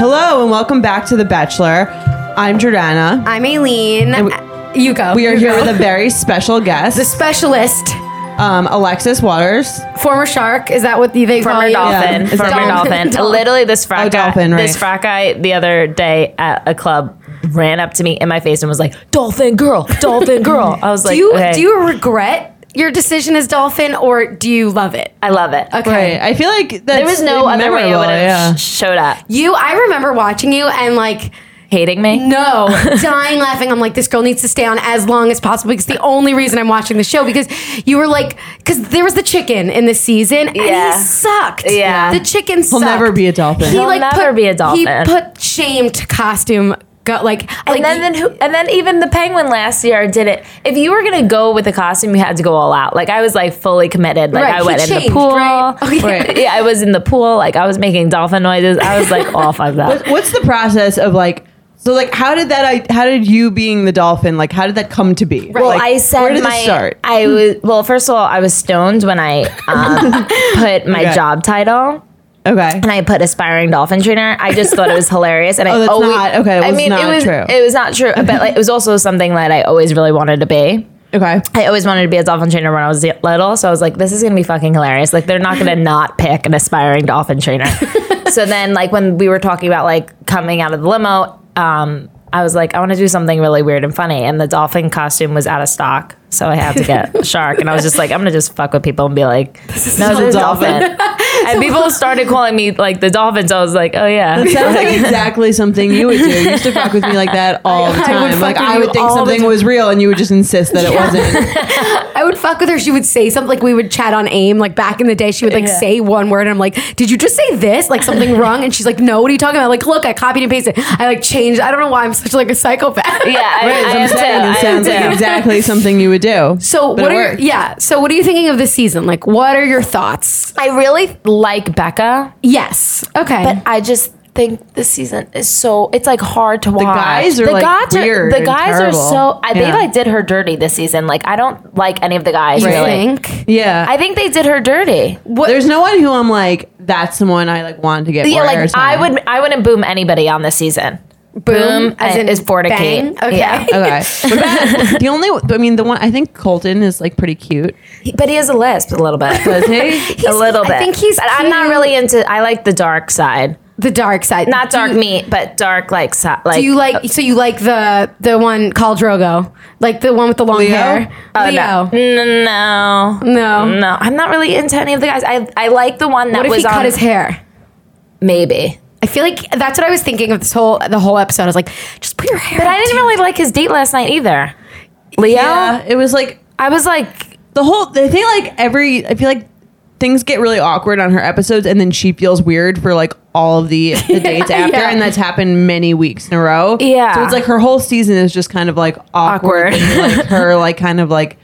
Hello and welcome back to The Bachelor. I'm Jordana. I'm Aileen. You go. We are You here go. with a very special guest, the specialist, um, Alexis Waters. former shark. Is that what they they call Former you? dolphin. Yeah. Former Oh, Dolphin. dolphin. Literally, this frat Oh, guy. dolphin, right. This frat guy the other day at a club ran up to me in my face and was like, "Dolphin girl, dolphin girl." I was like, Do you "Okay, do you regret your decision as dolphin, or do you love it? I love it." Okay. I feel like that's There was no other way it memorable, would have yeah. sh- showed up. You, I remember watching you and like. Hating me. No, dying laughing. I'm like, this girl needs to stay on as long as possible because the only reason I'm watching the show because you were like, because there was the chicken in the season and Yeah. he sucked. Yeah. the chicken. He'll sucked. never be a dolphin. He He'll like never put, be a dolphin. He put shamed costume. Got like, like And then, then who, and then even the penguin last year did it. If you were gonna go with the costume, you had to go all out. Like I was like fully committed. Like Right, I he went in the changed, pool. right? Oh, yeah. Right. Yeah, I was in the pool. Like I was making dolphin noises. I was like off on that. What's the process of like? So like, how did that? I how did you being the dolphin? Like, how did that come to be? Well, Like, I said where did my. this start? I was well. First of all, I was stoned when I um, put my Okay. job title Okay, and I put aspiring dolphin trainer. I just thought it was hilarious, and I Oh, that's always not- okay, it I was mean, not it was true. it was not true, but like, it was also something that I always really wanted to be. okay. I always wanted to be a dolphin trainer when I was little, so I was like, "This is gonna be fucking hilarious." Like, they're not gonna not pick an aspiring dolphin trainer. so then, like when we were talking about like coming out of the limo, um, I was like, "I want to do something really weird and funny," and the dolphin costume was out of stock, so I had to get a shark. And I was just like, "I'm gonna just fuck with people and be like, no, not a there's a dolphin." dolphin." and people started calling me like the dolphins. I was like, "Oh yeah." That sounds like exactly something you would do. You used to fuck with me like that all the I would time. Like fuck with I you would think all the something was real, and you would just insist that it wasn't. I would fuck with her. She would say something like we would chat on AIM. Like back in the day, she would like Yeah. say one word. And I'm like, did you just say this? Like something wrong? And she's like, no. What are you talking about? Like, look, I copied and pasted. I like changed. I don't know why I'm such like a psychopath. yeah, I, Right, I that's what I'm saying. It am too. I am sounds like too. exactly something you would do. So But what it are worked. yeah? So what are you thinking of this season? Like, what are your thoughts? I really like Becca. Yes. Okay. But I just think this season is so it's like hard to watch. guys are, like, guys are- weird the and guys are terrible. so I, they Yeah. like did her dirty this season. Like I don't like any of the guys you really. think? yeah, I think they did her dirty. What? there's no one who I'm like. That's someone I like wanted to get. yeah, more like airtime. I would I wouldn't boom anybody on this season. Boom as and- in is fornicate. bang? Okay. Yeah. Okay. What about- the only, I mean, the one I think Colton is like pretty cute. But he has a lisp a little bit. Does he? a little I bit. think he's But I'm not cute. really into I like the dark side. the dark side. Not Do dark you- meat, but dark like si- like Do you uh, like? So you like the the one called Drogo, like the one with the long Leo? hair? Oh, no. No. No. No. I'm not really into any of the guys. I I like the one What that if was he on cut his hair? maybe. I feel like that's what I was thinking of this whole the whole episode. I was like, just put your hair. But I didn't really like his date last night either. Leo, Yeah. It was like I was like, the whole, they think like every, I feel like things get really awkward on her episodes and then she feels weird for like all of the, the dates after. yeah. And that's happened many weeks in a row. Yeah. So it's like her whole season is just kind of like awkward. Awkward. and, like her, like kind of like,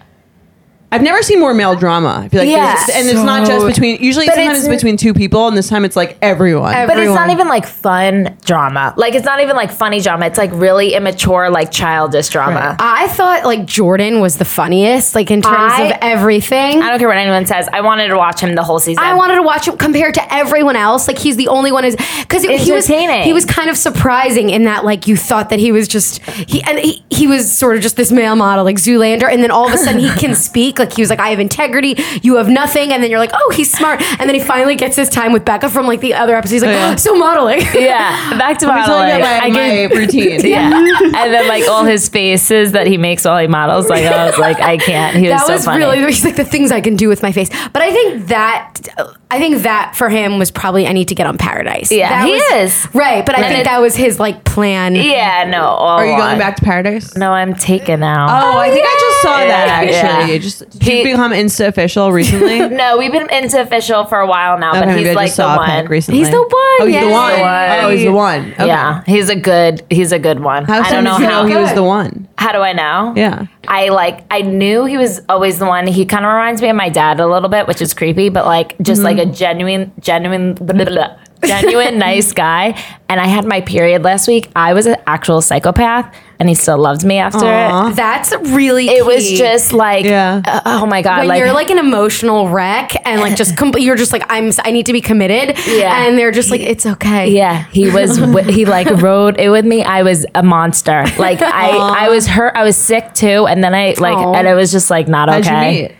I've never seen more male drama. I feel like, Yeah. this- and it's not just between. Usually, But sometimes it's, it's n- between two people, and this time it's like everyone. Ev- but it's not Everyone. even like fun drama. Like it's not even like funny drama. It's like really immature, like childish drama. I thought like Jordan was the funniest, like in terms I- of everything. I I, don't care what anyone says. I wanted to watch him the whole season. wanted to watch him compared to everyone else. Like he's the only one who's because he was Entertaining. he was kind of surprising in that like you thought that he was just he and he, he was sort of just this male model like Zoolander, and then all of a sudden he can speak. Like he was like, I have integrity, you have nothing, and then you're like, oh, he's smart, and then he finally gets his time with Becca from like the other episode. He's like, "Oh, yeah. so modeling. yeah, back to I'm telling you modeling. about I my can- routine. yeah, and then like all his faces that he makes while he models. Like I was like, I can't. He was that so was funny. really he's like the things I can do with my face. But I think that I think that for him was probably I need to get on paradise. Yeah, That he was- is. right. But I think it- that was his like plan. yeah, no. all Are you on. going back to Paradise? No, I'm taken out. Oh, I think I just saw that Yeah, actually. yeah. You just did you He- become Insta official recently. okay, No, we've been into official for a while now, but maybe I he's just like the saw a one. pic recently. He's the one, Oh, he's the yes. one. He's the one. Oh, he's the one. Okay. Yeah, he's a good he's a good one. How I don't know did you know how he was the one? how do I know? Yeah. I like I knew he was always the one. He Mm-hmm. kind of reminds me of my dad a little bit, which is creepy, but like just like a genuine genuine blah, blah, blah, genuine nice guy. And I had my period last week. I was an actual psychopath, and he still loves me after Aw. it. That's really. It was key. just like, Yeah. uh, oh my god, when you're like an emotional wreck and like just compl- you're just like I'm s- I need to be committed. Yeah. And they're just like it's okay. Yeah, he was. wi- he like rode it with me. I was a monster. Like I, I was hurt. I was sick too, and then I like, Aw. and it was just like not How'd you okay. meet?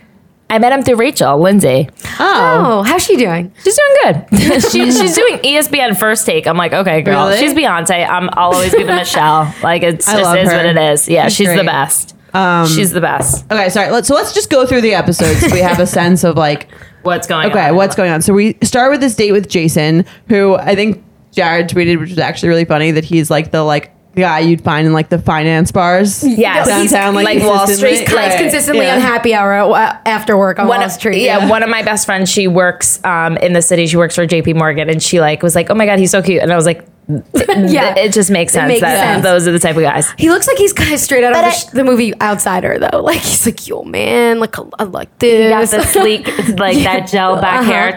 I met him through Rachel Lindsay. Oh. Oh, how's she doing? She's doing good. she, she's doing E ESPN first take. I'm like, okay, girl. Really? She's Beyonce. I'm, I'll always be the Michelle. Like it's I just love is her. what it is. Yeah, She's she's, the great. Um, best. she's the best. Okay, sorry. Let's, so let's just go through the episodes. so we have a sense of like, What's going on? okay, what's going on? So we start with this date with Jason, who I think Jared tweeted, which was actually really funny, that he's like the like guy you'd find in like the finance bars. Yes. No, he's- downtown, like, like Wall consistently. Street. He's Right. consistently Yeah. on happy hour uh, after work on one Wall of, Street. Yeah, one of my best friends, she works um, in the city. She works for JP Morgan, and she like was like, "Oh my god, he's so cute," and I was like, Yeah. "Yeah, it just makes sense makes that sense. those are the type of guys." He looks like he's kind of straight out of But the, I- sh- the movie Outsider, though. Like he's like, yo, man, like I like this. sleek, like that gel back hair,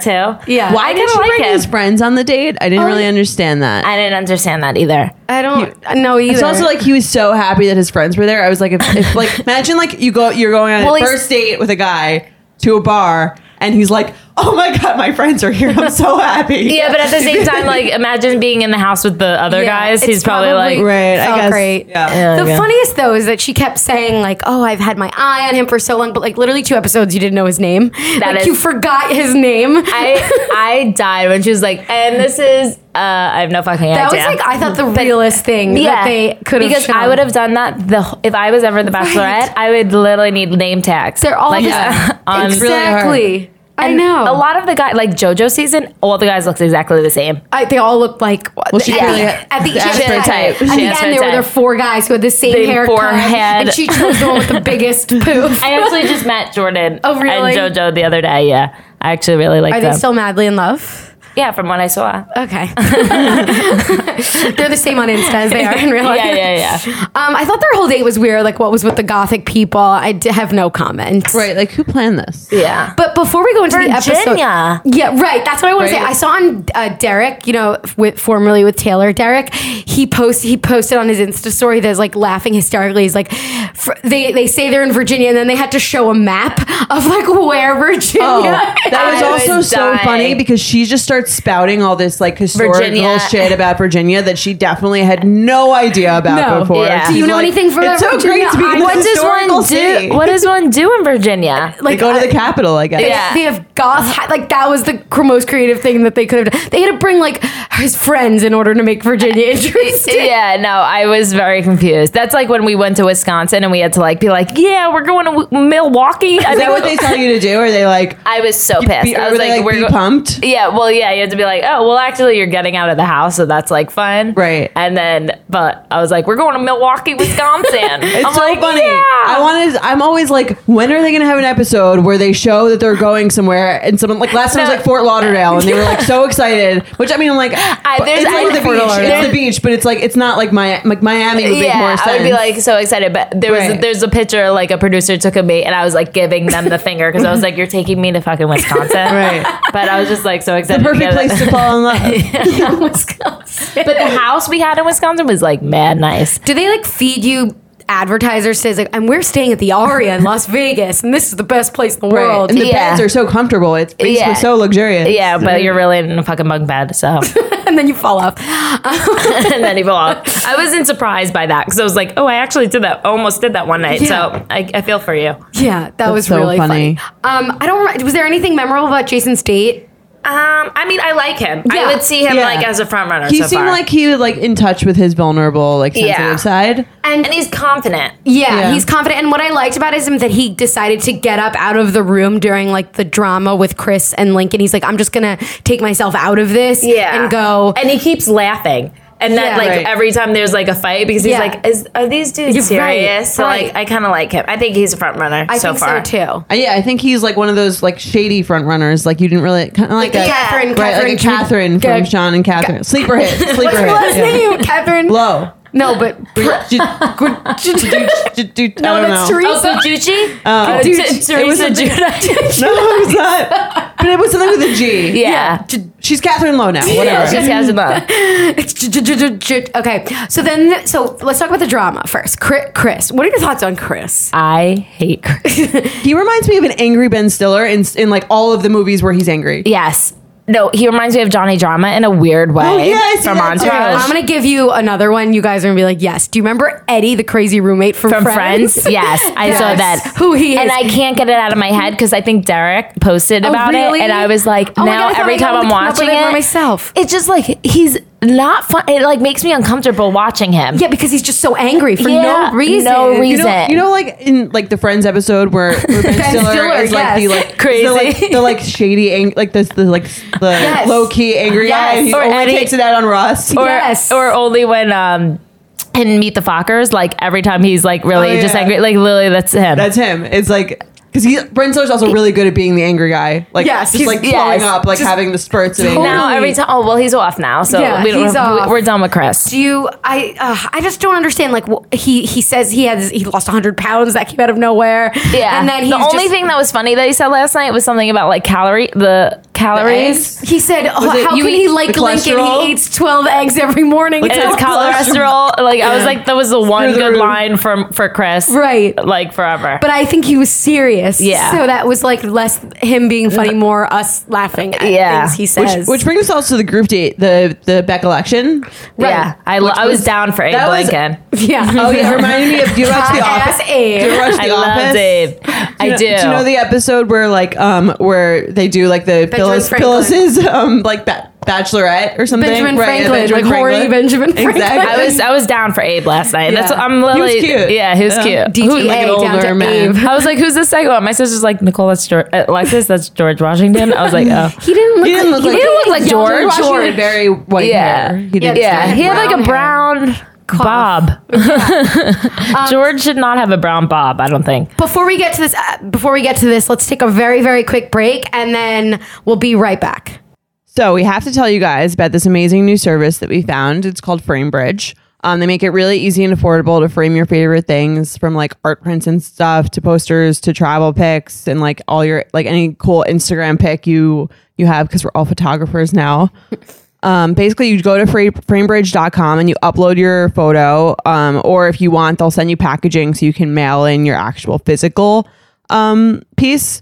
too. Yeah. Why I did kinda you like bring him. Oh, his friends on the date? I didn't really understand that. I didn't understand that either. I don't know either. It's also like he was so happy that his friends were there. I was like, if, if like imagine like you go you're going on Well, a he's- first date with a guy to a bar and he's like, oh my god, my friends are here. I'm so happy. Yeah, but at the same time, like imagine being in the house with the other Yeah, guys. it's He's probably, probably- like, right. I Felt guess. great. Yeah. the funniest though is that she kept saying like, "Oh, I've had my eye on him for so long," but like literally two episodes, you didn't know his name. like is- you forgot his name. I I died when she was like, and this is uh, I have no fucking that was idea. like I thought the realest thing that they could have because I would have done that. The wh- if I was ever the Bachelorette, I would literally need name tags. They're all like, the- Yeah. on- It's really hard. exactly. I and know A lot of the guys, like JoJo season, all the guys looked exactly the same. I, they all looked like. Well, she clearly had- at the, she asked for a end, type. at She the asked for a end, there were type. there four guys who had the same Same haircut, forehead. and she chose the one with the biggest poof. I actually just met Jordan. Oh, really? And JoJo the other day. Yeah, I actually really like Are them. they still madly in love? yeah, from what I saw. Okay, they're the same on Insta as they are in real life. Yeah, yeah, yeah. Um, I thought their whole date was weird. Like, what was with the gothic people? I d- have no comment. Right. Like who planned this? Yeah. But before we go into Virginia. the episode, yeah, right. That's what I want to Right. say. I saw on uh, Derek, you know, with, formerly with Taylor Derek, he post he posted on his Insta story that's like laughing hysterically. He's like, fr- they they say they're in Virginia, and then they had to show a map of like where Virginia. Oh, is. that was I also would so die. funny because she just starts spouting all this like historical Virginia. shit about Virginia that she definitely had no idea about No. before. Yeah. Do She's you know like, anything for It's so Virginia? great to be in I- this what does historical one do? city. What does one do in Virginia? They go to I- the capital, I guess. Yeah. They have goth hat. Like that was the cr- most creative thing that they could have done. They had to bring like his friends in order to make Virginia interesting. Yeah, no, I was very confused. That's like when we went to Wisconsin and we had to like be like, yeah, we're going to W- Milwaukee. I Is think- that what they tell you to do? Or are they like, I was so pissed. be, I are was they, like, like, we're be go- pumped? Yeah, well, yeah, you had to be like, oh, well, actually, you're getting out of the house, so that's like fun, Right. And then, but I was like, we're going to Milwaukee, Wisconsin. It's I'm so like, funny. Yeah. I wanted. I'm always like, when are they going to have an episode where they show that they're going somewhere? And someone like last time it was No. like Fort Lauderdale, and they were like so excited. Which I mean, I'm like, but there's- it's I- like the Fort beach. Lauderdale. It's the beach, but it's like it's not like my like Miami would make more yeah, sense. I would be like so excited, but there was Right. there's a picture like a producer took of me, and I was like giving them the finger because I was like, "You're taking me to fucking Wisconsin," Right. But I was just like so excited. to perfect get it. place to fall in love. Wisconsin. But the house we had in Wisconsin was like mad nice. Do they like feed you advertisers says like and we're staying at the Aria in Las Vegas and this is the best place in the world. And the Yeah. beds are so comfortable. It's basically Yeah. so luxurious. Yeah, but you're really in a fucking bunk bed, so And then you fall off. and then you fall off. I wasn't surprised by that because I was like, oh, I actually did that, almost did that one night. Yeah. So I, I feel for you. Yeah, that was so really funny. funny. Um I don't rem- was there anything memorable about Jason's date? Um, I mean, I like him. Yeah. I would see him Yeah. like as a front runner. He so seemed far. like he was like in touch with his vulnerable, like sensitive Yeah. side. and he's confident. Yeah, Yeah. he's confident. And what I liked about is him that he decided to get up out of the room during like the drama with Chris and Lincoln. He's like, I'm just gonna take myself out of this and go. And he keeps laughing. And Yeah. then, like Right. every time there's like a fight, because he's Yeah. like, "Is are these dudes You're right, serious?" So right. like, I kind of like him. I think he's a front runner I so think far so too. Uh, Yeah, I think he's like one of those like shady front runners. Like you didn't really kind of like Like a, a Catherine- right? Catherine- like a Catherine Ga- from Sean and Catherine. sleeper hit, sleeper What's your last hit. Yeah. name, Catherine? Low. No, but Did- did- did- I no, don't that's know. Oh, Teresa. Gucci? Uh, T- Gucci. It was Teresa something- Giudice. No, it was not. But it was something with a G. Yeah. She's Catherine Lowe now. Whatever. Yeah, she has a mug. It's j- j- j- j- j- okay. So then, so let's talk about the drama first. Chri- Chris, what are your thoughts on Chris? I hate Chris. He reminds me of an angry Ben Stiller in, in like all of the movies where he's angry. Yes. No, he reminds me of Johnny Drama in a weird way Oh, yeah, I see from that too. Entourage. Okay, I'm gonna give you another one. You guys are gonna be like, yes. Do you remember Eddie, the crazy roommate from, from Friends? Friends. Yes, I saw Yes. that. Who he is. And I can't get it out of my head because I think Derek posted Oh, about really? it, and I was like, Oh my now God, I thought I every time gotta I'm come up with watching it it, more myself. it's just like he's not fun. It like makes me uncomfortable watching him. yeah, because he's just so angry for Yeah, no reason. no You reason. know, Reason. you know, like in like the Friends episode where, where Ben, Stiller, Stiller, is like the yes. like Crazy. the like, the, like shady, ang- like this, the like s- the Yes. low key angry Yes. guy, and he Or only Eddie- takes it out on Ross. Or, yes. or only when um in Meet the Fockers, like every time he's like really Oh, just yeah. angry, like Lily, that's him. That's him. It's like because he Ben Stiller's also really good at being the angry guy. Like Yes, just he's- like blowing yes. up, like Just having the spurts of anger. now totally. every time. Oh well, he's off now, so Yeah, we don't. he's off. We're done with Chris. Do you? I uh, I just don't understand. Like wh- he he says he has he lost 100 pounds that came out of nowhere. Yeah, and then he's the only just- thing that was funny that he said last night was something about like calorie the calories. He said, oh, it- "How you can eat he like the Lincoln? cholesterol? He eats twelve eggs every morning." Like, and It's it's cholesterol. cholesterol. Like I was like, that was the one the good roof. line from for Chris, Right. Like forever. But I think he was serious. Yeah. So that was like less him being funny, more us laughing at Yeah. things he Which- says. Which brings us also to the group date, the the Beck election. yeah, I, lo- I was, down for Abe that was- Lincoln. yeah. Oh yeah, it reminded me of Do you watch The Ass Office? Do you Abe. watch The Office? I love Abe. Do I you do. Know, do you know the episode where like um where they do like the Phyllis Franklin. Phyllis's um like ba- bachelorette or something? Benjamin yeah, Franklin, like horny Benjamin Franklin. Exactly. I was I was down for Abe last night. That's Yeah. what I'm He was literally. cute. Yeah, he was Yeah. cute. DTA like an down older to man. Abe. I was like, "Who's this psycho?" My sister's like, "Nicole, that's George, Alexis, that's George Washington." I was like, "Oh, He didn't look. he didn't look like, he didn't look like George. George. Washington had very white Yeah. hair. He didn't. yeah." He had like a Brown brown bob. Um, George should not have a brown bob. I don't think. Before we get to this, uh, before we get to this, let's take a very very quick break, and then we'll be right back. So we have to tell you guys about this amazing new service that we found. It's called FrameBridge. Um, they make it really easy and affordable to frame your favorite things from like art prints and stuff to posters to travel pics and like all your like any cool Instagram pic you you have because we're all photographers now. Um, basically, you go to fra- framebridge.com and you upload your photo, um, or if you want, they'll send you packaging so you can mail in your actual physical um, piece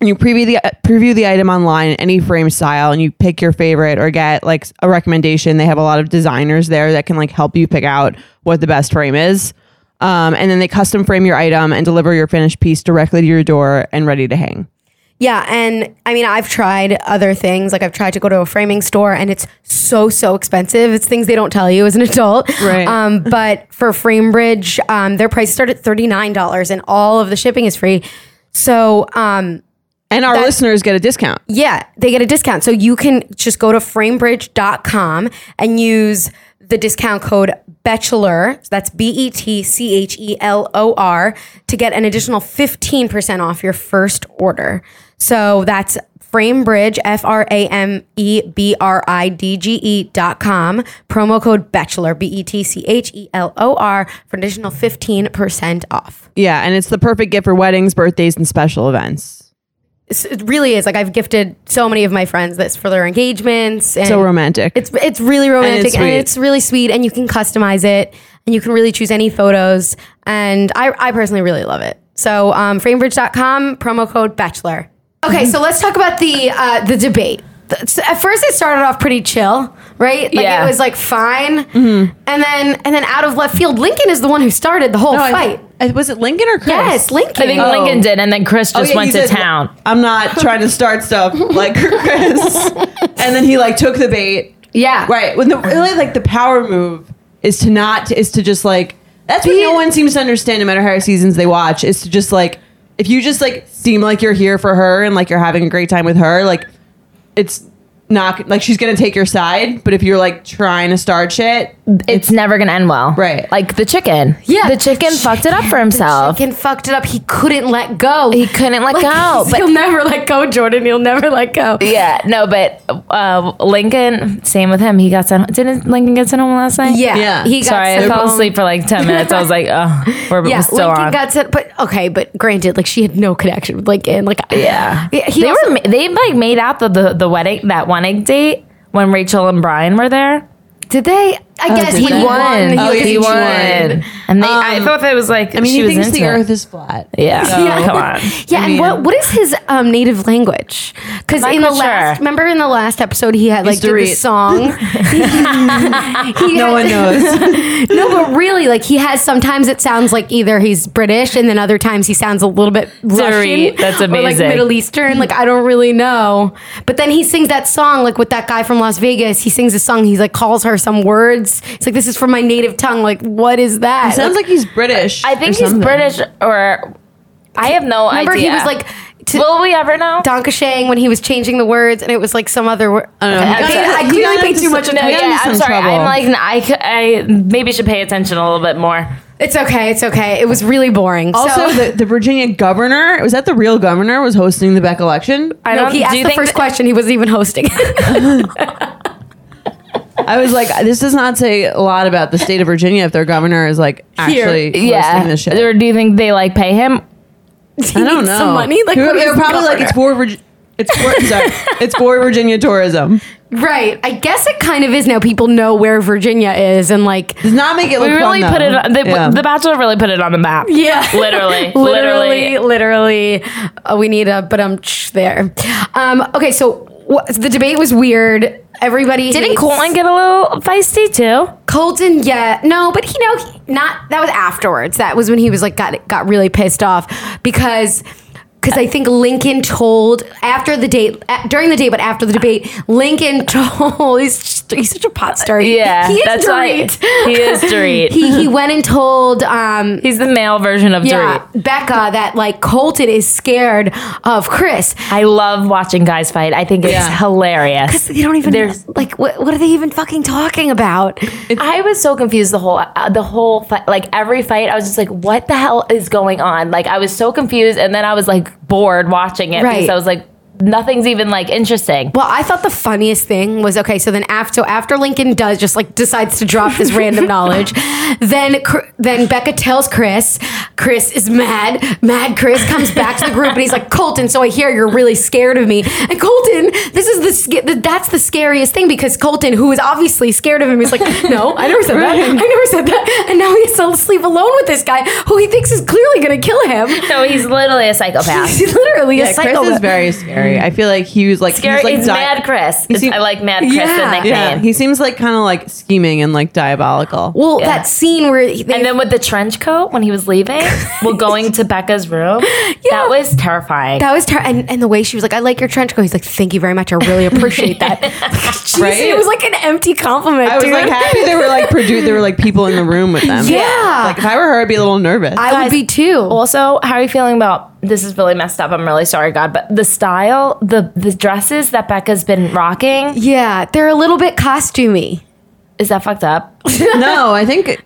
and you preview the preview the item online in any frame style and you pick your favorite or get like a recommendation they have a lot of designers there that can like help you pick out what the best frame is um, and then they custom frame your item and deliver your finished piece directly to your door and ready to hang Yeah, and I mean, I've tried other things. Like I've tried to go to a framing store, and it's so so expensive. It's things they don't tell you as an adult. Right. Um, but for FrameBridge, um, their price start at thirty nine dollars, and all of the shipping is free. So um, and our listeners get a discount yeah, they get a discount. So you can just go to framebridge.com and use the discount code Bachelor, so that's B E T C H E L O R, to get an additional 15% off your first order. So that's framebridge, F R A M E B R I D G E dot com, promo code Bachelor, B E T C H E L O R, for an additional 15% off. yeah and it's the perfect gift for weddings birthdays and special events It's- It really is. Like, I've gifted so many of my friends this for their engagements. And so romantic It's it's really romantic and it's, sweet. really sweet and you can customize it and you can really choose any photos and I, I personally really love it. So um, framebridge.com promo code bachelor. Okay, so let's talk about the uh, the debate. Th- so At first, it started off pretty chill, right? Like Yeah. it was like fine, and then and then out of left field, Lincoln is the one who started the whole No, I- I- fight. Uh, was it lincoln or chris yes, Lincoln. I think Lincoln did, and then Chris just Oh. yeah, went he to said, town. i'm not trying to start stuff like chris and then he like took the bait Oh. yeah, Right. When the really like the power move is to not is to just like that's what no one seems to understand no matter how many seasons they watch is to just like if you just like seem like you're here for her and like you're having a great time with her like it's not like she's gonna take your side but if you're like trying to start shit it's never gonna end well. Right. Like the chicken. Yeah. The chicken fucked it up for himself. Chicken fucked it up. He couldn't let go. He couldn't let go. he's- But he'll never let go, Jordan. He'll never let go. yeah, no, but uh, Lincoln, same with him. He got sent. Didn't Lincoln get sent home last night? Yeah. Yeah. He got Sorry, I sent fell home. asleep for like ten minutes. I was like, oh, we're Yeah, still Lincoln on. got sent, but okay, but granted, like she had no connection with Lincoln. Like, yeah. he they also- were were. They like made out the, the the wedding that wedding date when Rachel and Brian were there. did they? I guess Oh, did he they? won. He Oh, was- he won. And they, Um, I thought that was like. I mean, she he was thinks into the it. earth is flat. Yeah. Yeah. Oh, Come on. Yeah, and what what is his um, native language? Because in the not sure. last, remember in the last episode, he had like did Easterese. the song. He No had- one knows. No, but really, like he has. Sometimes it sounds like either he's British, and then other times he sounds a little bit Sorry, Russian. that's Or like amazing. Middle Eastern. Like I don't really know. But then he sings that song, like with that guy from Las Vegas. He sings a song. He like calls her some words. It's like this is from my native tongue. Like what is that? Sounds like he's British. I think or he's something. British, or I have no remember idea. he was like. To, Will we ever know? Donka Shang when he was changing the words and it was like some other word. I don't know. I, He paid, got- I he clearly got paid into too much some- attention. he got into yeah, I'm some sorry. trouble. I'm like, n- I, c- I maybe should pay attention a little bit more. It's okay. It's okay. It was really boring. Also, so, the, the Virginia governor was that the real governor was hosting the Beck election. I no, he do asked you the think first that- question. He wasn't even hosting. I was like, this does not say a lot about the state of Virginia if their governor is like actually hosting Yeah. this shit. Or do you think they like pay him? I don't know. Some money. Like they're, what they're is the probably like governor? it's for Virg- it's for sorry, it's for Virginia tourism. right. I guess it kind of is now. People know where Virginia is and like Does not make it look We really fun, put though. it. On, the, Yeah. the Bachelor really put it on the map. Yeah. Literally. literally, literally. literally. Uh, we need a but um there. Um. Okay. So wha- the debate was weird. Everybody Didn't hates- Colton get a little feisty too? Colton, yeah, no, but you know, he- not that was afterwards. That was when he was like got got really pissed off because because I think Lincoln told after the date a- during the date, but after the debate, Lincoln told he's just, he's such a pot star. He- Yeah, he is that's right. Dorit. He is Dorit. he he went and told um He's the male version of yeah Dorit. Becca that like Colton is scared of Chris. I love watching guys fight. I think it's Yeah. hilarious. They don't even There's- like what what are they even fucking talking about? I was so confused the whole uh, the whole fight, like every fight. I was just like, what the hell is going on? Like I was so confused, and then I was like bored watching it Right. because I was like, nothing's even like interesting. Well, I thought the funniest thing was okay. So then after so after Lincoln does just like decides to drop this random knowledge, then Cr- then Becca tells Chris. Chris is mad. Mad Chris comes back to the group and he's like Colton. So I hear you're really scared of me. And Colton, this is the, sca- the that's the scariest thing because Colton, who is obviously scared of him, is like, no, I never said that. I never said that. And now he has to sleep alone with this guy who he thinks is clearly going to kill him. No, he's literally a psychopath. He's literally a Yeah, Chris psychopath. is very scary. I feel like he was like Scary. He's, He's, like, di- Mad Chris. He It's- seem- I like Mad Chris. Yeah. The nickname. Yeah, he seems like kind of like scheming and like diabolical. well, Yeah. that scene where he- they And then with the trench coat when he was leaving, well, going to Becca's room, that was terrifying. That was ter- and, and the way she was like, I like your trench coat. He's like, thank you very much. I really appreciate that. Jeez, Right? It was like an empty compliment, I was dude. like happy there were like produ- there were like people in the room with them. Yeah. like if I were her, I'd be a little nervous. I would be too. also, how are you feeling about this? Is really messed up. I'm really sorry, God, but the style, the the dresses that Becca's been rocking, Yeah, they're a little bit costumey. is that fucked up? no, I think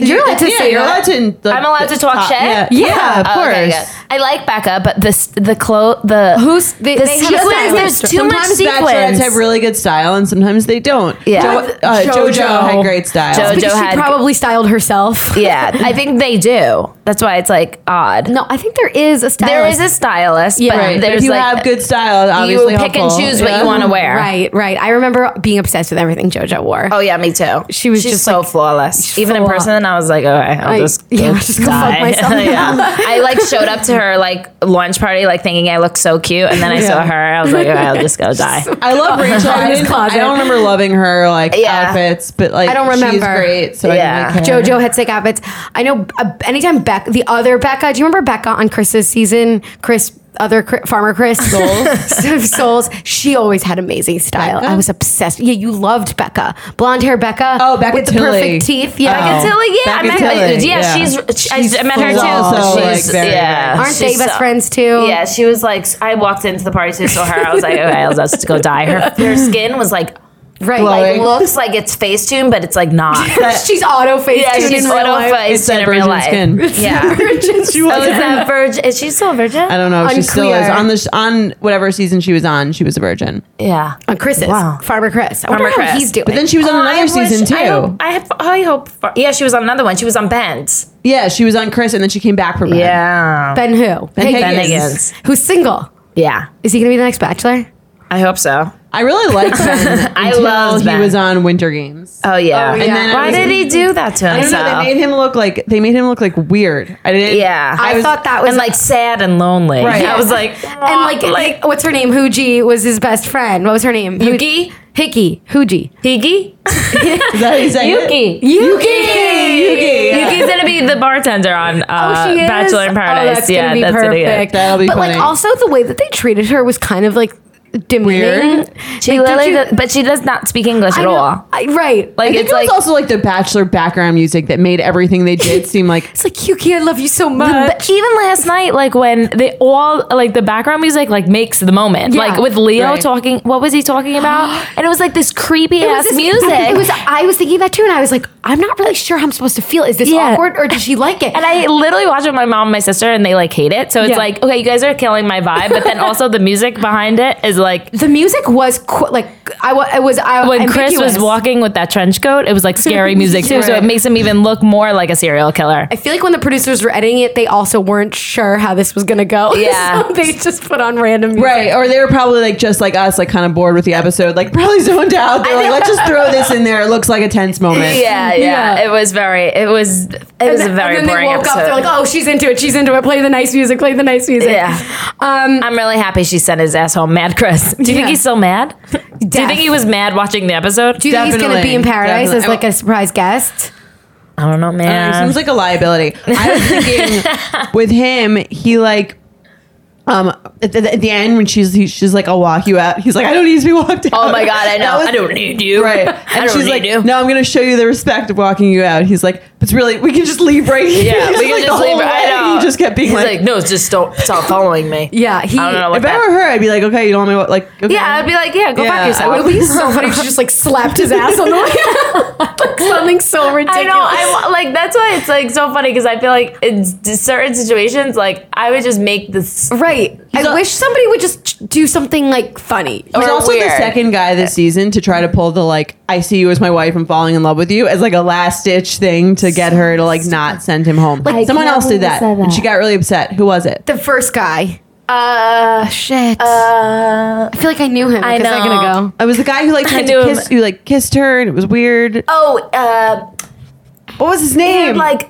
You're allowed to yeah, say you're that. allowed to. like, I'm allowed to talk shit. Yeah, Yeah. yeah, of Oh, course. okay, good. I like Becca, but this the clo the Who's- they- the they have a sequins. stylist. There's too much Sometimes bachelorettes sequins. have really good style, and sometimes they don't. Yeah. jo- uh, Jojo. JoJo. had great style. JoJo. Because she had- probably styled herself. yeah, I think they do. That's why it's like odd. No, I think there is a stylist. There is a stylist, Yeah. but Right, But there's if you like have good style, you obviously pick and helpful. choose what Yeah. you want to wear. Right, right. I remember being obsessed with everything JoJo wore. Oh yeah, me too. She was She's just, so flawless. Even in flawless. person, I was like, okay, I'll I- just yeah, go I'll just go fuck die. myself. yeah. I like showed up to her like lunch party, like thinking I looked so cute, and then I saw her. I was like, okay, I'll just go die. I love Rachel. I, didn't- closet. I don't remember loving her like Yeah. outfits, but like I don't She's remember. great, so Yeah. I didn't really care. JoJo had sick outfits. I know. Uh, anytime Becca, the other Becca, do you remember Becca on Chris's season? Chris, other Chri- farmer Chris, souls, souls. She always had amazing style. Becca? I was obsessed. Yeah, you loved Becca, blonde hair Becca. Oh, Becca with the Tilly. perfect teeth. Yeah, Oh. Becca Tilly, yeah, I Becca met, Tilly, yeah, yeah. she's, she, I met her too. also, she's, like, very yeah, nice. aren't they she's best so- friends too? Yeah, she was like, I walked into the party, so saw her. I was like, okay, I'll just go die. Her, her skin was like right. Like Glowing. Like, looks like it's Facetune, but it's like not. she's auto faced. yeah, she's in real auto life. Facetune It's that in real virgin life. skin. Yeah. Virgin. Oh, is that virgin? Is she still a virgin? I don't know if she still is Unclear. on the sh- on whatever season she was on. She was a virgin, yeah. On Chris's. Wow. Farmer Chris. I wonder Farmer how Chris. he's doing. but then she was on Oh, another I season wish- too. I hope, I, have, oh, I hope. Yeah, she was on another one. She was on Ben's. yeah, she was on Chris, and then she came back from it. Yeah. Ben who? Ben Higgins. Higgins. Who's single? Yeah. Is he going to be the next Bachelor? I hope so. I really liked Ben. I until loved he Ben. was on Winter Games. Oh yeah. Oh, yeah. And then I Why was- did he do that to I don't himself? know. They made him look like they made him look like weird. I didn't. yeah. I, was- thought that was and like sad and lonely. Right. I was like, and like, like what's her name? Hooji was his best friend. What was her name? Yuki? Hickey. Hooji. Higgy? Is that is that it? Yuki. Yuki. Oh, Yuki, yeah. Yuki's gonna be the bartender on uh, she is? Bachelor in Oh, Paradise. that's yeah, gonna be that's what he perfect. is. That'll be But funny. like also the way that they treated her was kind of like demeaning. Weird. She Like, did literally, you- does- but she does not speak English I at know- all. I- right. Like I think it's it was like also like the Bachelor background music that made everything they did seem like it's like Yuki, I love you so much. But even last night, like when they all like the background music like makes the moment, Yeah. like with Leo Right. talking. What was he talking about? and it was like this creepy It was ass this- music. It was. I was thinking that too, and I was like, I'm not really sure how I'm supposed to feel. Is this Yeah. awkward, or does she like it? and I literally watched it with my mom and my sister, and they like hate it. So it's Yeah. like, okay, you guys are killing my vibe, but then also the music behind it is like the music was qu- like I wa- it was I when Chris was ambiguous. walking with that trench coat, it was like scary music too. So Right. it makes him even look more like a serial killer. I feel like when the producers were editing it, they also weren't sure how this was gonna go. Yeah. so they just put on random. Music. right, or they were probably like just like us, like kind of bored with the episode, like probably zoned out. They're like, let's just throw this in there. It looks like a tense moment. Yeah, Yeah. It was very. It was. It was a very and then boring they woke episode. up. They're like, "Oh, she's into it. She's into it. Play the nice music. Play the nice music." Yeah. Um, I'm really happy she sent his asshole mad, Chris. Do you Yeah. think he's still mad? Do you think he was mad watching the episode? do you think he's gonna Definitely, be in paradise definitely. as like a surprise guest? I Uh, don't know, man. It seems like a liability. I was thinking with him, he like. Um, at the, at the end when she's he, she's like, "I'll walk you out." He's like, "I don't need to be walked out." oh my god, I That know. was- I don't need you. Right, and I don't she's need like, you. "No, I'm going to show you the respect of walking you out." He's like, "It's really we can just leave right here." Yeah, we like, can the just leave. whole I way, know. He just kept being He's like, no, just don't stop following me. Yeah, he. I don't know what If I were her, I'd be like, "Okay, you don't want me." What, like, okay. Yeah, I'd be like, yeah, go Yeah, fuck I It yourself. would be so funny if she just like slapped his ass on the way. like something so ridiculous. I know. I wa- like that's why it's like so funny because I feel like in s- certain situations, like I would just make this. right. I al- wish somebody would just ch- do something like funny. He's or also the weird. second guy this season to try to pull the like, "I see you as my wife. I'm falling in love with you" as like a last ditch thing to get her to like not send him home. Like someone can't else did believe you that, said and that. she got really upset. Who was it? The first guy. Uh, Shit. uh, I feel like I knew him. I like, a second know. ago. It was the guy who like tried to knew him. kiss, who like kissed her, and it was weird. oh, uh, What was his name? like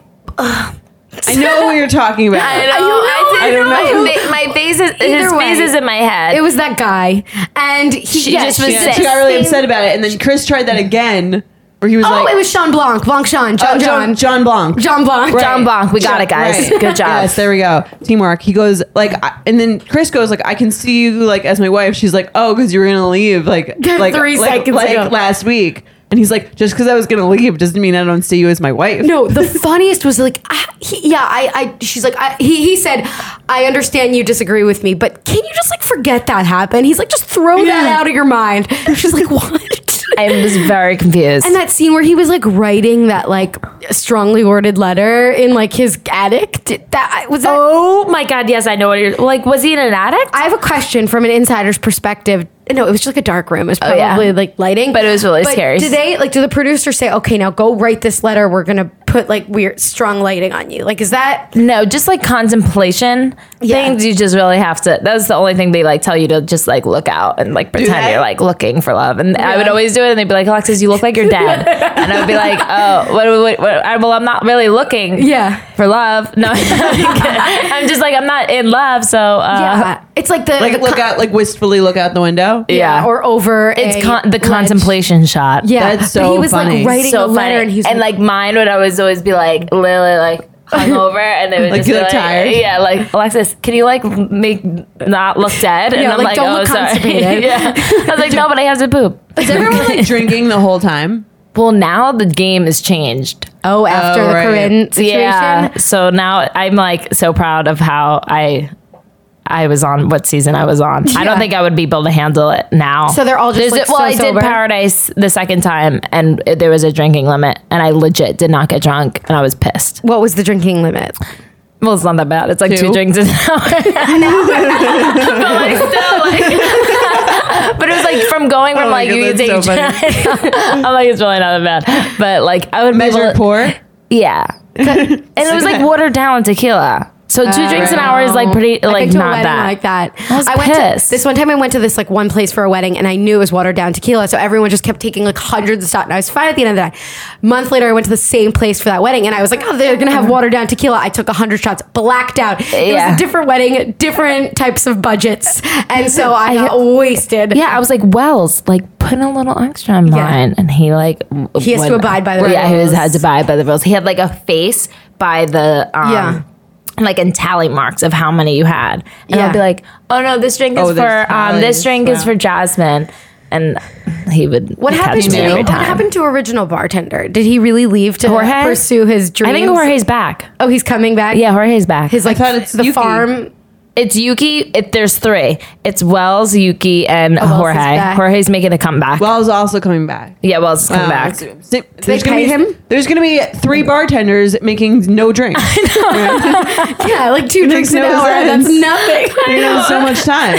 I know what you're talking about. I I don't know. don't I, know. I don't didn't know. My, my face is his Either way, face is in my head. It was that guy, and he She yeah, just she- was Yeah, sick. she got really Same- upset about it, and then Chris tried that again, where he was Oh, like, it was Sean Blanc, Blanc Sean, John, Oh, John, John, John Blanc, Blanc, Right. John Bonk, we got it, guys. Right. Good job. Yes, there we go. Teamwork. He goes like, I, and then Chris goes like, I can see you like as my wife. She's like, oh, because you were gonna leave like like Three like, seconds like ago. last week. And he's like, just because I was gonna leave doesn't mean I don't see you as my wife. No, the funniest was like, ah, he, yeah, I, I, she's like, I, he, he said, I understand you disagree with me, but can you just like forget that happened? He's like, just throw Yeah. that out of your mind. She's like, what? I was very confused. And that scene where he was like writing that like strongly worded letter in like his attic. Did that was that. oh my god, yes, I know what you're like. Was he in an attic? I have a question from an insider's perspective. No, it was just like a dark room. It was probably Oh, yeah. like lighting, But it was really scary. Do they like? Do the producers say, "Okay, now go write this letter. We're gonna put like weird, strong lighting on you"? Like, is that no, just like contemplation Yeah. things. You just really have to. That's the only thing they like tell you to just like look out and like pretend they? you're like looking for love. And I would always do it, and they'd be like, "Alexis, you look like you're dead," and I'd be like, "Oh, what, what, what, I- well, I'm not really looking yeah, for love. No, I'm just like I'm not in love. So uh, yeah? It's like the the like look con- out, like wistfully look out the window. yeah. or over. a it's con- the ledge. contemplation shot. Yeah, That's But so he was funny. like writing a so letter, funny. and he's and like, mine would always always be like Lily like hungover and they would Like, just you be look like tired? yeah like Alexis can you like make not look dead and Yeah, I'm like, like, don't oh look sorry constipated. yeah I was like no but I have to poop Is everyone like drinking the whole time? well now the game has changed oh, after Oh, the right. Corinne situation. yeah so now I'm like so proud of how I I was on what season I was on. I Yeah. don't think I would be able to handle it now. So they're all just, like, There's a- well, so I sober? did Paradise the second time, and it- there was a drinking limit, and I legit did not get drunk, and I was pissed. What was the drinking limit? Well, it's not that bad. It's like two, Two? drinks an hour. but like still, like. But it was like from going from Oh my like you God, take that's so I'm like it's really not that bad, but like I would be Measure able- poor. yeah, and it was like watered down tequila. So two drinks an hour is like pretty I've like been to a not wedding that. Oh. like that. I was went to pissed. this one time. I went to this like one place for a wedding, and I knew it was watered down tequila. So everyone just kept taking like hundreds of shots, and I was fine at the end of the night. Month later, I went to the same place for that wedding, and I was like, "Oh, they're gonna have watered down tequila." I took hundred shots, blacked out. It was Yeah. a different wedding, different types of budgets, and so I got wasted. Yeah, I was like Wells, like put in a little extra on mine, and he like He has to abide by the Well, Yeah, he was, rules. had to abide by the rules. He had like a face by the um, Yeah. like in tally marks of how many you had, and Yeah. I'd be like, oh no, this drink is Oh, there's for um, tallies, this drink is wow. for Jasmine, and he would What catch happened me to every what time. happened to original bartender? Did he really leave to Jorge? pursue his dreams? I think Jorge's back. Oh, he's coming back. Yeah, Jorge's back. his like thought it's the Yuki. farm. It's Yuki. It, there's three. It's Wells, Yuki, and Oh, Wells is Jorge. back. Oh, Jorge's making a comeback. Wells also coming back. yeah, Wells is coming back. They there's pay gonna be, him? There's gonna be three bartenders making no drinks. Yeah, like two drinks an no hour. sense. That's nothing. They have so much time.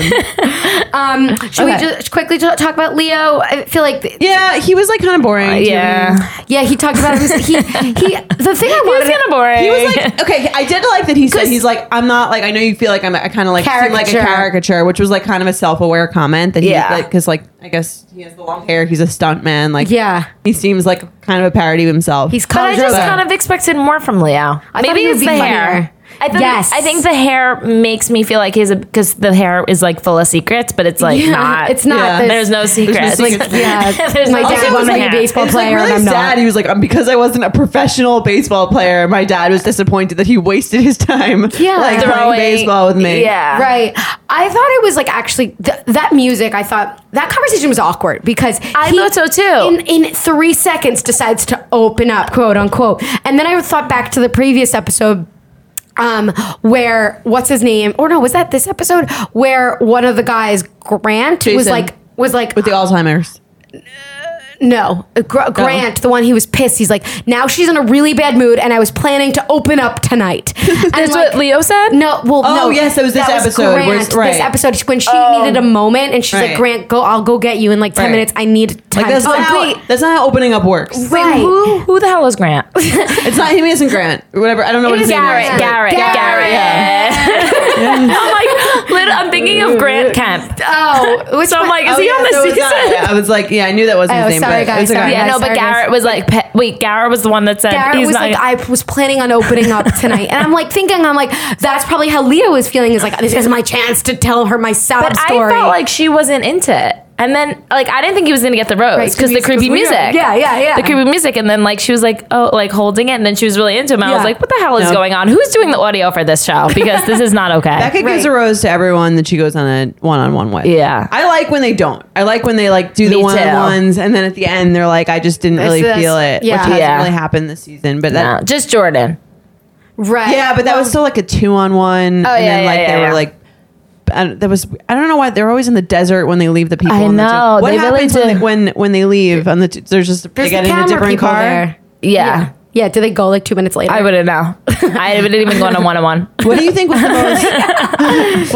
Um, Should we Okay. just quickly t- talk about Leo? I feel like, th- Yeah, he was like kind of boring. to Yeah, me. Uh, yeah, he talked about his, he he. The thing I he's wanted. kind of boring. He was like okay. I did like that he said 'Cause- he's like I'm not like I know you feel like I'm I kind of like seem like a Caricature. caricature, which was like kind of a self aware comment that he Yeah. like because like I guess he has the long hair. He's a stunt man. Like Yeah. he seems like kind of a parody of himself. He's But I just Conjure- kind of expected more from Leo. I thought he would be funnier. I think, Yes. I think the hair makes me feel like he's a because the hair is like full of secrets, but it's like Yeah, not. it's not. Yeah. There's no secrets. secrets. Like, Yeah. There's my no dad secrets wanted to in be a hair. baseball It's player, like really and I'm sad. not. He was like, um, because I wasn't a professional baseball player, my dad was disappointed that he wasted his time Yeah. like Throwing- playing baseball with me. Yeah. Right. I thought it was like actually th- that music. I thought that conversation was awkward because I thought so, too. In, in three seconds, decides to open up, quote unquote, and then I thought back to the previous episode. Um, where what's his name? Or no, was that this episode where one of the guys, Grant, was Jason. like was like With the Alzheimer's. No, Uh, Gr- Grant, the one he was pissed. He's like, now she's in a really bad mood, and I was planning to open up tonight. And That's like- what Leo said. No, well, Oh, no, yes, it was this that episode where- Grant, right. Oh. This episode when she needed a moment, and she's like, Right. Grant, go. I'll go get you in like ten Right. minutes. I need time. Oh, Like that's, to not how, that's not how opening up works. Wait, Right. who who the hell is Grant? It's not him, isn't Grant. Or whatever. I don't know what is his name Garrett. is. but- Garrett. Garrett. Garrett. I'm like, lit- I'm thinking of Grant Kemp. Oh, which So I'm one? like, is Oh, he yeah, on the so it was season? that. I was like, yeah, I knew that wasn't Oh, his name, sorry, but guys, it's okay. sorry. Yeah, Yeah, no, but sorry, guys. Garrett was like, pe- wait, Garrett was the one that said Garrett he's was not. like, I was planning on opening up tonight, and I'm like thinking, I'm like, that's probably how Leo is feeling. Is like, this is my chance to tell her my sob But story. I felt like she wasn't into it. And then, like, I didn't think he was gonna get the Right, rose 'cause because the he's- 'cause creepy Leo. music. Yeah, yeah, yeah. The creepy music. And then, like, she was like, oh, like holding it. And then she was really into him. I Yeah. was like, what the hell is No. going on? Who's doing the audio for this show? Because this is not okay. Becca gives Right. a rose to everyone that she goes on a one-on-one with. Yeah. I like when they don't. I like when they like do Me the too. one-on-ones, and then at the end they're like, "I just didn't really is- feel it," yeah. which hasn't Yeah. really happened this season. But that, No, just Jordan. right? yeah, but that was still like a two-on-one. Oh, and yeah, then, yeah, like yeah, they yeah. were like. I don't- that was I don't know why they're always in the desert when they leave the people. I on the two- know, what they really happens when, do. they- when when they leave on the two, there's just There's they get the in a camera different people car. there. Yeah. Yeah. Yeah. Do they go like two minutes later? I wouldn't know. I didn't even go on a one on one. What do you think was the most?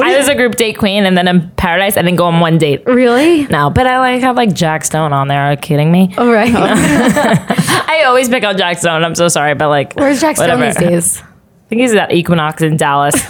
I was a group date queen and then in paradise, I didn't go on one date. Really? No, but I like have like Jack Stone on there. Are you kidding me? All right. I always pick on Jack Stone. I'm so sorry, but like, Where's Jack Stone whatever. these days? I think he's at Equinox in Dallas.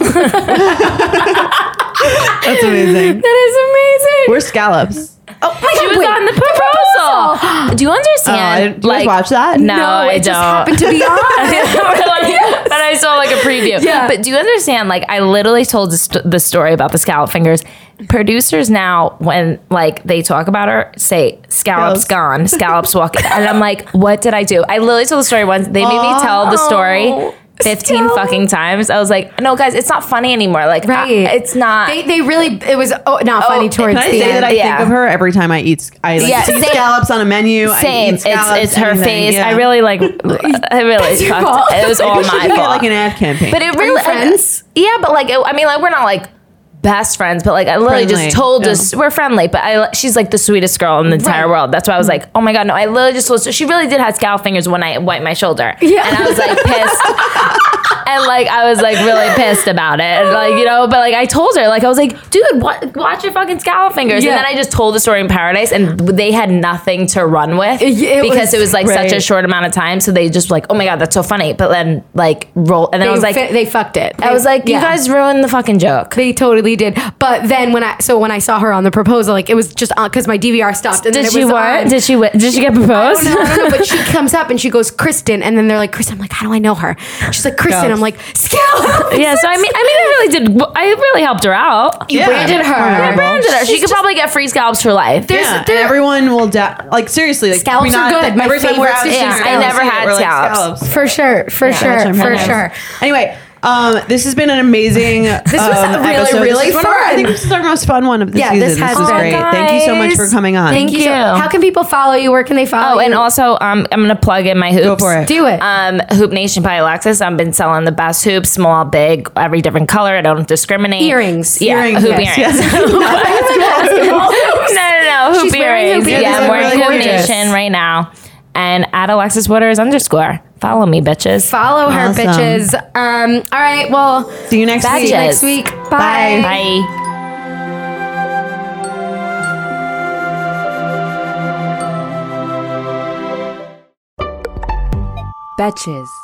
That's amazing. that is amazing. We're scallops. Oh, my She was on the proposal. Do you Uh, understand? do you guys watch that? No, No, I it just don't. happened to be on. We're like- But I saw like a preview. Yeah. But do you understand? Like, I literally told the, st- the story about the scallop fingers. Producers now, when like they talk about her, say scallops Scallops. gone, scallops walking, and I'm like, what did I do? I literally told the story once. They made me tell the story. 15 Scallops. fucking times. I was like, no, guys, it's not funny anymore. Like, I- Right. it's not. They, they really, it was oh, not funny Oh, towards Can I the say end. that I Yeah. think of her every time I eat? sc- I like, Yeah, see same. scallops on a menu. I Same. eat scallops, it's it's her anything, face. yeah. I really like. I really your fucked- fault. It was all Maybe she my should get, fault. like an ad campaign. but it Are you really. friends? yeah, but like it, I mean, like we're not like best friends, but like I literally Friendly, just told yeah. us we're friendly, but I she's like the sweetest girl in the entire Right. Mm. world. That's why I was like, oh my god, no, I literally just told her. She really did have scowl fingers when I wiped my shoulder, Yeah. and I was like pissed. And like I was like really pissed about it, and like you know, but like I told her, like I was like, dude, what, watch your fucking scowl fingers. Yeah. And then I just told the story in Paradise, and they had nothing to run with It- it because was- it was like such a Right. short amount of time. So they just like, oh my god, that's so funny. But then like roll, and then They, I was like, fi- they fucked it. I was like, you Yeah. guys ruined the fucking joke. They totally did. But then when I so when I saw her on the proposal, like it was just on because my DVR stopped. And then Did it she was what? on. Oh, Did she did she get I proposed? don't know, I don't know, but she comes up and she goes, Kristen. And then they're like, Kristen. I'm like, how do I know her? She's like, Kristen. I'm like, Scout. yeah, so I mean, I mean, I really did. I really helped her out. You Yeah. branded her. Yeah, I branded her. She She's could probably get free scalps for life. There's- Yeah, and there- everyone will da- like seriously. Like Scallops we are good. My every time we're favorite out sushi eating, scallops. Yeah, I never see it, had we're like, scallops. For sure. For Gosh, sure. I'm For hungry. sure. Anyway, um, this has been an amazing. This was um, really, episode. really This is one of our- I fun. think this is our most fun one of the Yeah, season. this has is been- great. Thank you so much for Guys, coming on. thank So you. how can people follow you? Where can they follow Oh, you? and also, um, I'm gonna plug in my hoops. for it. Do it. Um, Hoop Nation by Alexis. I've been selling the best hoops, small, big, every different color. I don't discriminate. Earrings. Yeah, Earrings, hoop yes, earrings. no, no, no, hoop She's wearing earrings. hoop Yeah, earrings. I'm wearing They're Hoop really gorgeous. Nation right now. And at Alexis Waters underscore. Follow me, bitches. follow her, Awesome. bitches. Um, all right. Well, See you next see week. you next week. Bye. Bye. Betches.